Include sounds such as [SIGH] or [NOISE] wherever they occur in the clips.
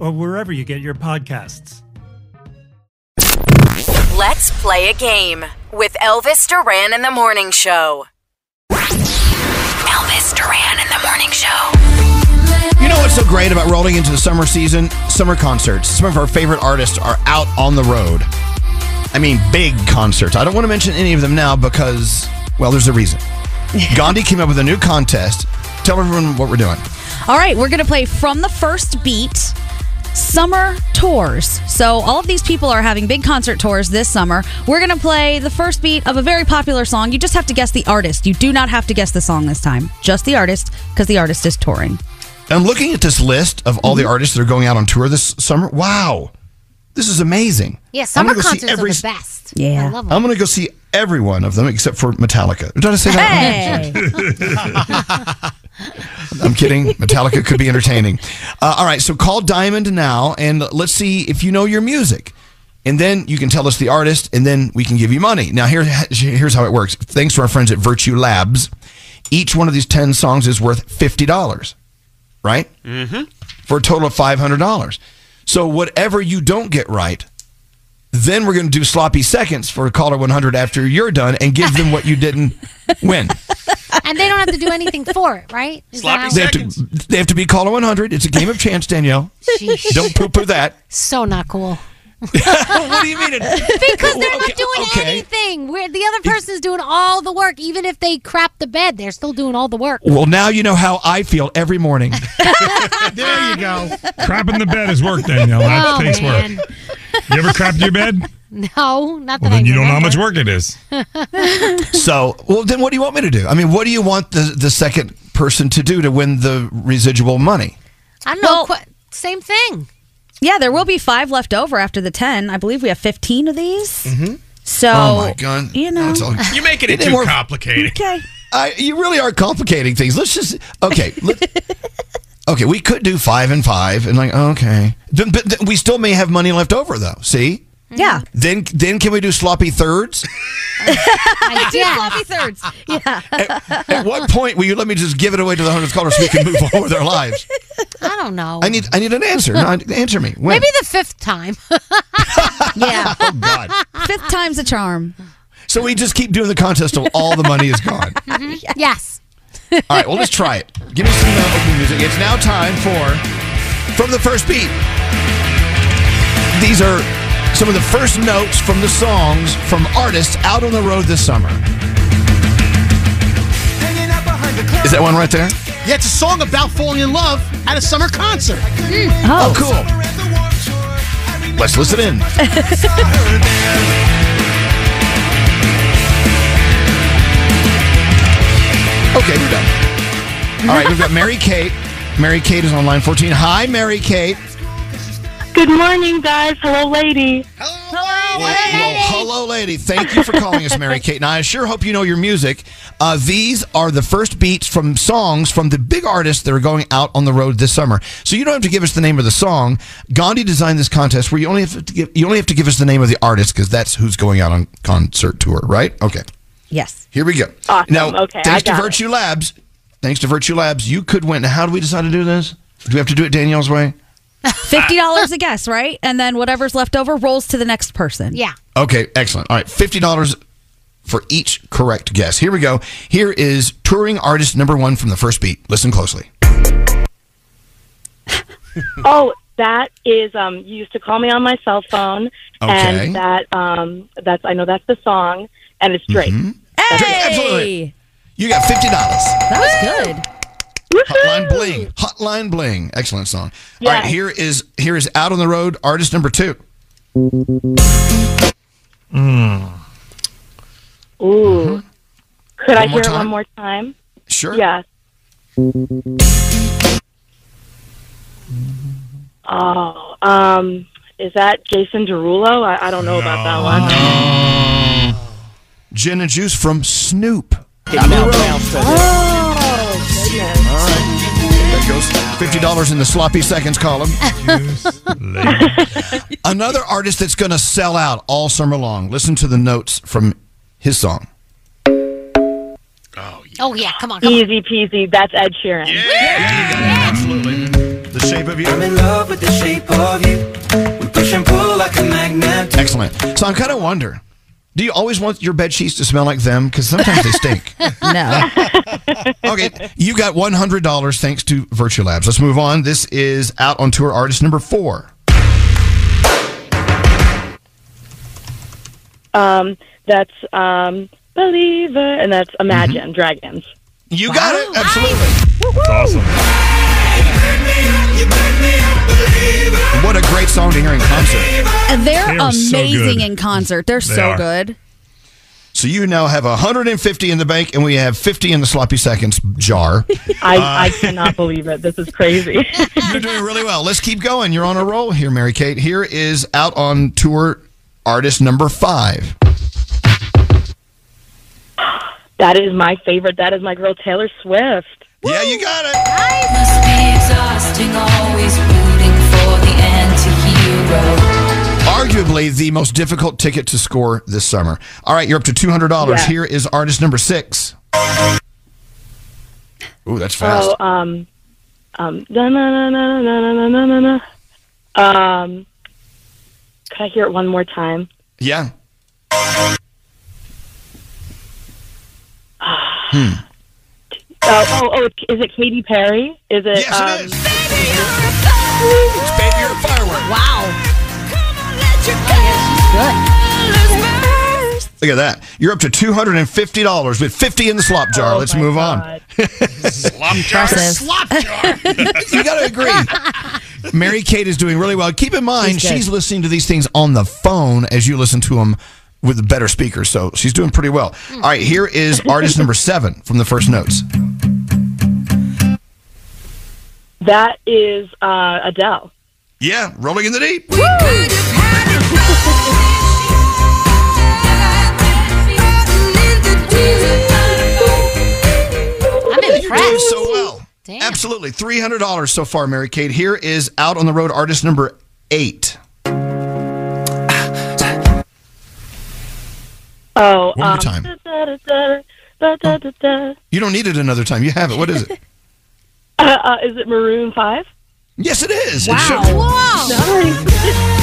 or wherever you get your podcasts. Let's play a game with Elvis Duran in the Morning Show. Elvis Duran in the Morning Show. You know what's so great about rolling into the summer season? Summer concerts. Some of our favorite artists are out on the road. I mean, big concerts. I don't want to mention any of them now because, well, there's [LAUGHS] a reason. Gandhi came up with a new contest. Tell everyone what we're doing. All right, we're going to play from the first beat summer tours. So, all of these people are having big concert tours this summer. We're going to play the first beat of a very popular song. You just have to guess the artist. You do not have to guess the song this time, just the artist, because the artist is touring. I'm looking at this list of all Mm-hmm. the artists that are going out on tour this summer. Wow. This is amazing. Yeah, I'm summer gonna go see concerts every- are the best. Yeah. I love them. I'm going to go see every one of them except for Metallica. Did I say that? [LAUGHS] Hey! I'm kidding. Metallica could be entertaining. Uh, all right, so call Diamond now and let's see if you know your music. And then you can tell us the artist, and then we can give you money. Now, here, here's how it works. Thanks to our friends at Virtue Labs, each one of these 10 songs is worth $50, right? Mm-hmm. For a total of $500. So, whatever you don't get right, then we're going to do sloppy seconds for caller 100 after you're done and give them what you didn't win. and they don't have to do anything for it, right? Is that They how- have, to, they have to be caller 100. It's a game of chance, Danielle. [LAUGHS] Sheesh. Don't poo [LAUGHS] poo that. so not cool. what do you mean? Because they're not doing okay. anything. We're, the other person's doing all the work. Even if they crap the bed, they're still doing all the work. [LAUGHS] Well, now you know how I feel every [LAUGHS] morning. There you go. Crapping the bed is work, Danielle. That Oh, takes man. work. You ever crapped your bed? No, not that Well, I then you don't know how much remember. work it is. so, well, then what do you want me to do? I mean, what do you want the, the second person to do to win the residual money? I don't know. Well- qu- same thing. yeah, there will be five left over after the 10. I believe we have 15 of these. Mm-hmm. So, Oh, my God. you know. That's all- You're making it It didn't too work. complicated. okay. I, you really are complicating things. Let's just, okay. [LAUGHS] Let, okay, we could do five and five and like, okay. But, but th- we still may have money left over, though. See? Yeah. Then, then can we do sloppy thirds? I guess. Sloppy thirds. Yeah. At, [LAUGHS] at what point will you let me just give it away to the hundredth caller so we can move [LAUGHS] on with our lives? I don't know. I need I need an answer. No, answer me. When? Maybe the fifth time. [LAUGHS] Yeah. [LAUGHS] oh God! Fifth time's a charm. So we just keep doing the contest till all the money is gone. yes. All right, well let's try it. Give me some uh, opening music. It's now time for from the first beat. These are some of the first notes from the songs from artists out on the road this summer. Is that one right there? Yeah, it's a song about falling in love at a summer concert. Oh, cool. Let's [LAUGHS] listen in. okay, we're done. All right, we've got Mary Kate. Mary Kate is on line 14. Hi, Mary Kate. Good morning, guys. Hello, lady. Well, hello, lady. Thank you for calling us, Mary Kate. And I sure hope you know your music. Uh, these are the first beats from songs from the big artists that are going out on the road this summer. So you don't have to give us the name of the song. Gandhi designed this contest where you only have to give you only have to give us the name of the artist because that's who's going out on concert tour, right? Okay. Yes. Here we go. Awesome. Now, Okay, I thanks to got it. Virtue Labs, thanks to Virtue Labs, you could win. Now, how do we decide to do this? Do we have to do it Danielle's way? Fifty dollars a guess, right? And then whatever's left over rolls to the next person. Yeah. Okay, excellent. All right, fifty dollars for each correct guess. Here we go. Here is touring artist number one from the first beat. Listen closely. Oh, that is um you used to call me on my cell phone Okay. and that um that's I know that's the song and it's Drake. Drake, absolutely. You got fifty dollars. That was good. Hotline bling. Hotline bling. Excellent song. All right, Yes. here is here is out on the road artist number two. Hmm. Ooh. Could I Mm-hmm. One more hear it time? one more time? Sure. Yes. Oh, um is that Jason Derulo? I, I don't know about that one. Gin and juice from Snoop. Oh, That goes fifty dollars in the sloppy seconds [LAUGHS] column. Another artist that's going to sell out all summer long. Listen to the notes from his song. Oh, yeah. Come on. Come on. Easy peasy. That's Ed Sheeran. The shape of you. I'm in love with the shape of you. We push and pull like a magnet. Excellent. So I'm kind of wonder. Do you always want your bed sheets to smell like them? Because sometimes they stink. No. okay, you got one hundred dollars thanks to Virtue Labs. Let's move on. This is out on tour artist number four. Um, that's um, Believer, and that's Imagine Dragons. Mm-hmm. You got it. Absolutely. That's awesome. What a great song to hear in concert. And they're They are so amazing good. in concert. They're so are. good. So you now have hundred and fifty in the bank, and we have fifty in the sloppy seconds jar. I, [LAUGHS] I cannot believe it. This is crazy. [LAUGHS] You're doing really well. Let's keep going. You're on a roll here, Mary Kate. Here is out on tour artist number five. that is my favorite. That is my girl Taylor Swift. Yeah, you got it. Must be exhausting, always rooting for the anti-hero. Arguably the most difficult ticket to score this summer. All right, you're up to two hundred dollars. Yeah. Here is artist number six. Ooh, that's fast. Oh, um, um, na na na na na na na na na. Um, could I hear it one more time? Yeah. Oh, oh, oh, it's- is it Katy Perry? Is it? Yes, um, it is. It's Baby, You're a Firework. Look at that. You're up to $250 with 50 in the slop jar. oh Let's my move on. God. Impressive. [LAUGHS] You got to agree. Mary Kate is doing really well. Keep in mind, she's, listening to these things on the phone as you listen to them with a better speaker. So she's doing pretty well. All right, here is artist number seven from the first notes. That is uh, Adele. Yeah, rolling in the deep. I'm You're doing impressed. so well. Damn. Absolutely. $300 so far, Mary Kate. Here is out on the road artist number eight. Oh, One more um, time. da-da-da-da, da-da-da-da. You don't need it another time. You have it. What is it? Uh, uh, is it Maroon Five? Yes, it is. It should- Whoa.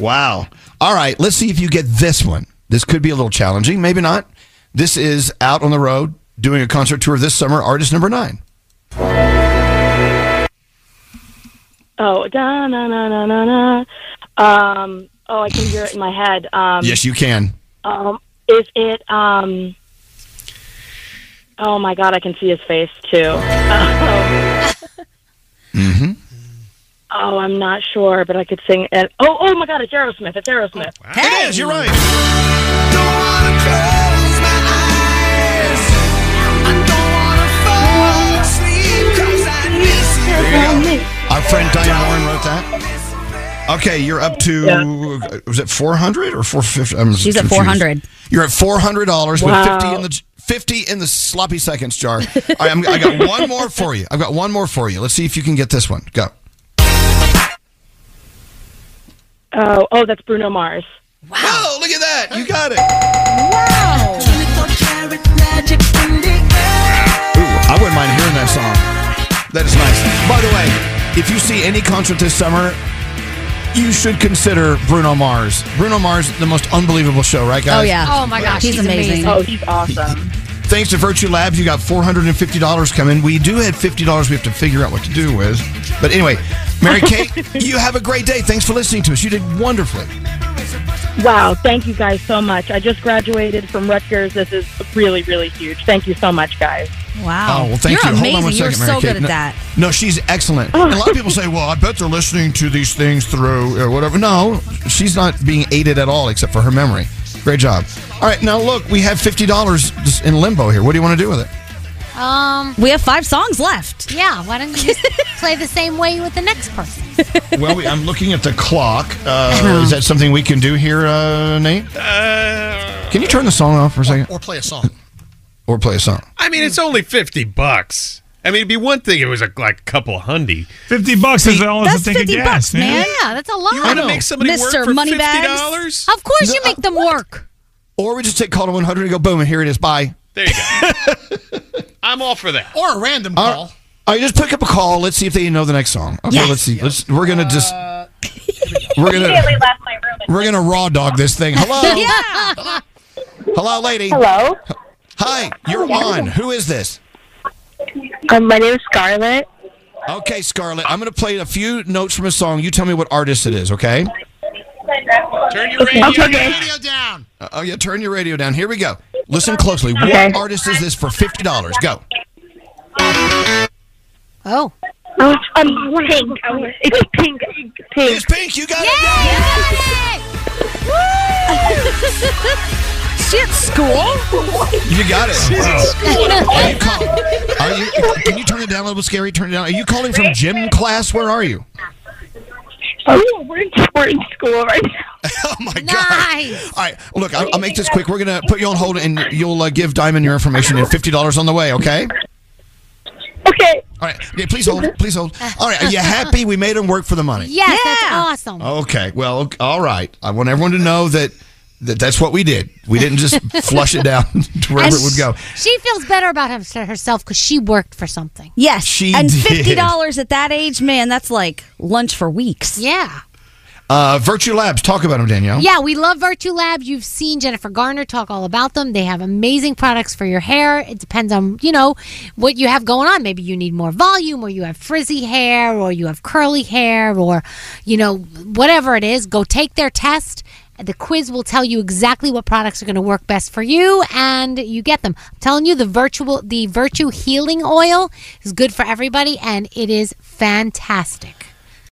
Wow. All right, let's see if you get this one. This could be a little challenging, maybe not. This is out on the road doing a concert tour this summer, artist number nine. Oh, da na na na na na. Um, oh, I can hear it in my head. Um, Yes, you can. um, Is it? Um. Oh my God, I can see his face too. Mm-hmm. Oh, I'm not sure, but I could sing it. Oh, oh my God, it's Aerosmith. It's Aerosmith. It is. You're right. Our friend Diane Warren wrote that. Okay, you're up to was it 400 or 450? I'm She's at confused. 400. You're at 400 dollars with Wow. 50 in the 50 in the sloppy seconds jar. All right, I'm, I got one more for you. I've got one more for you. Let's see if you can get this one. Go. Oh, oh, that's Bruno Mars. Wow, Oh, look at that. You got it. Wow. Ooh, I wouldn't mind hearing that song. That is nice. By the way, if you see any concert this summer, you should consider Bruno Mars. Bruno Mars, the most unbelievable show, right, guys? Oh, yeah. Oh, my gosh, He's he's amazing. amazing. Oh, he's awesome. Thanks to Virtue Labs, you got $450 coming. We do have $50 we have to figure out what to do with. But anyway, Mary [LAUGHS] Kate, you have a great day. Thanks for listening to us. You did wonderfully. Wow, thank you guys so much. I just graduated from Rutgers. This is really, really huge. Thank you so much, guys. Wow. Oh, well, thank You're you. Hold on amazing. one You're second, so Mary Kate. good at No- that. No, she's excellent. And a lot of people say, well, I bet they're listening to these things through or whatever. No, she's not being aided at all except for her memory. Great job. All right, now look, we have $50 just in limbo here. What do you want to do with it? Um, we have five songs left. Yeah, why don't you just play the same way with the next [LAUGHS] person? Well, we, I'm looking at the clock. Uh, is that something we can do here, uh, Nate? can you turn the song off for a second? Uh, Or play a song. Or play a song. I mean, it's only 50 bucks. I mean, it'd be one thing if it was a, like a couple hundy. 50 bucks is all That's to take a 50 gas, bucks, man. Yeah, that's a lot. You wanna I know. make somebody work Mr. for Moneybags. $50? Of course, No, you make them work. Or we just take call to 100 and go, boom, and here it is. Bye. There you go. I'm all for that. Or a random All call. right. All right, just pick up a call. Let's see if they know the next song. Okay, Yes. let's see. Let's. We're gonna just. We're Uh, Immediately gonna. left my room. We're gonna raw dog this [LAUGHS] thing. Hello. Yeah. Hello, lady. Hello. Hi. You're on. Who is this? Um, my name is Scarlett. Okay, Scarlett. I'm gonna play a few notes from a song. You tell me what artist it is. Okay. Turn your radio down. Radio down. Uh, oh yeah. Turn your radio down. Here we go. Listen closely. Okay. What artist is this for fifty dollars? Go. Oh. Oh, it's um, pink. Oh, It's pink. Pink. It's pink. You got Shit, school. it. You got it. Wow. Are you call- Are you? Can you turn it down a little, Scary? Turn it down. Are you calling from gym class? Where are you? Oh, we're in, we're in school right now. [LAUGHS] Oh my Nice. All right, look, I'll, I'll make this quick. We're gonna put you on hold, and you'll uh, give Diamond your information and fifty dollars on the way. Okay. Okay. All right. Yeah, please hold. Please hold. All right. Are you happy? We made him work for the money. Yes, that's awesome. Okay. Well. ok- All right. I want everyone to know that. That that's what we did. We didn't just flush it down [LAUGHS] to wherever it would go. She feels better about him- herself because she worked for something. Yes. She and did. $50 at that age, man, that's like lunch for weeks. Yeah. Uh, Virtue Labs, talk about them, Danielle. Yeah, we love Virtue Lab. You've seen Jennifer Garner talk all about them. They have amazing products for your hair. It depends on, you know, what you have going on. Maybe you need more volume or you have frizzy hair or you have curly hair or, you know, whatever it is. Go take their test. The quiz will tell you exactly what products are going to work best for you and you get them. I'm telling you the virtual the Virtue Healing Oil is good for everybody and it is fantastic.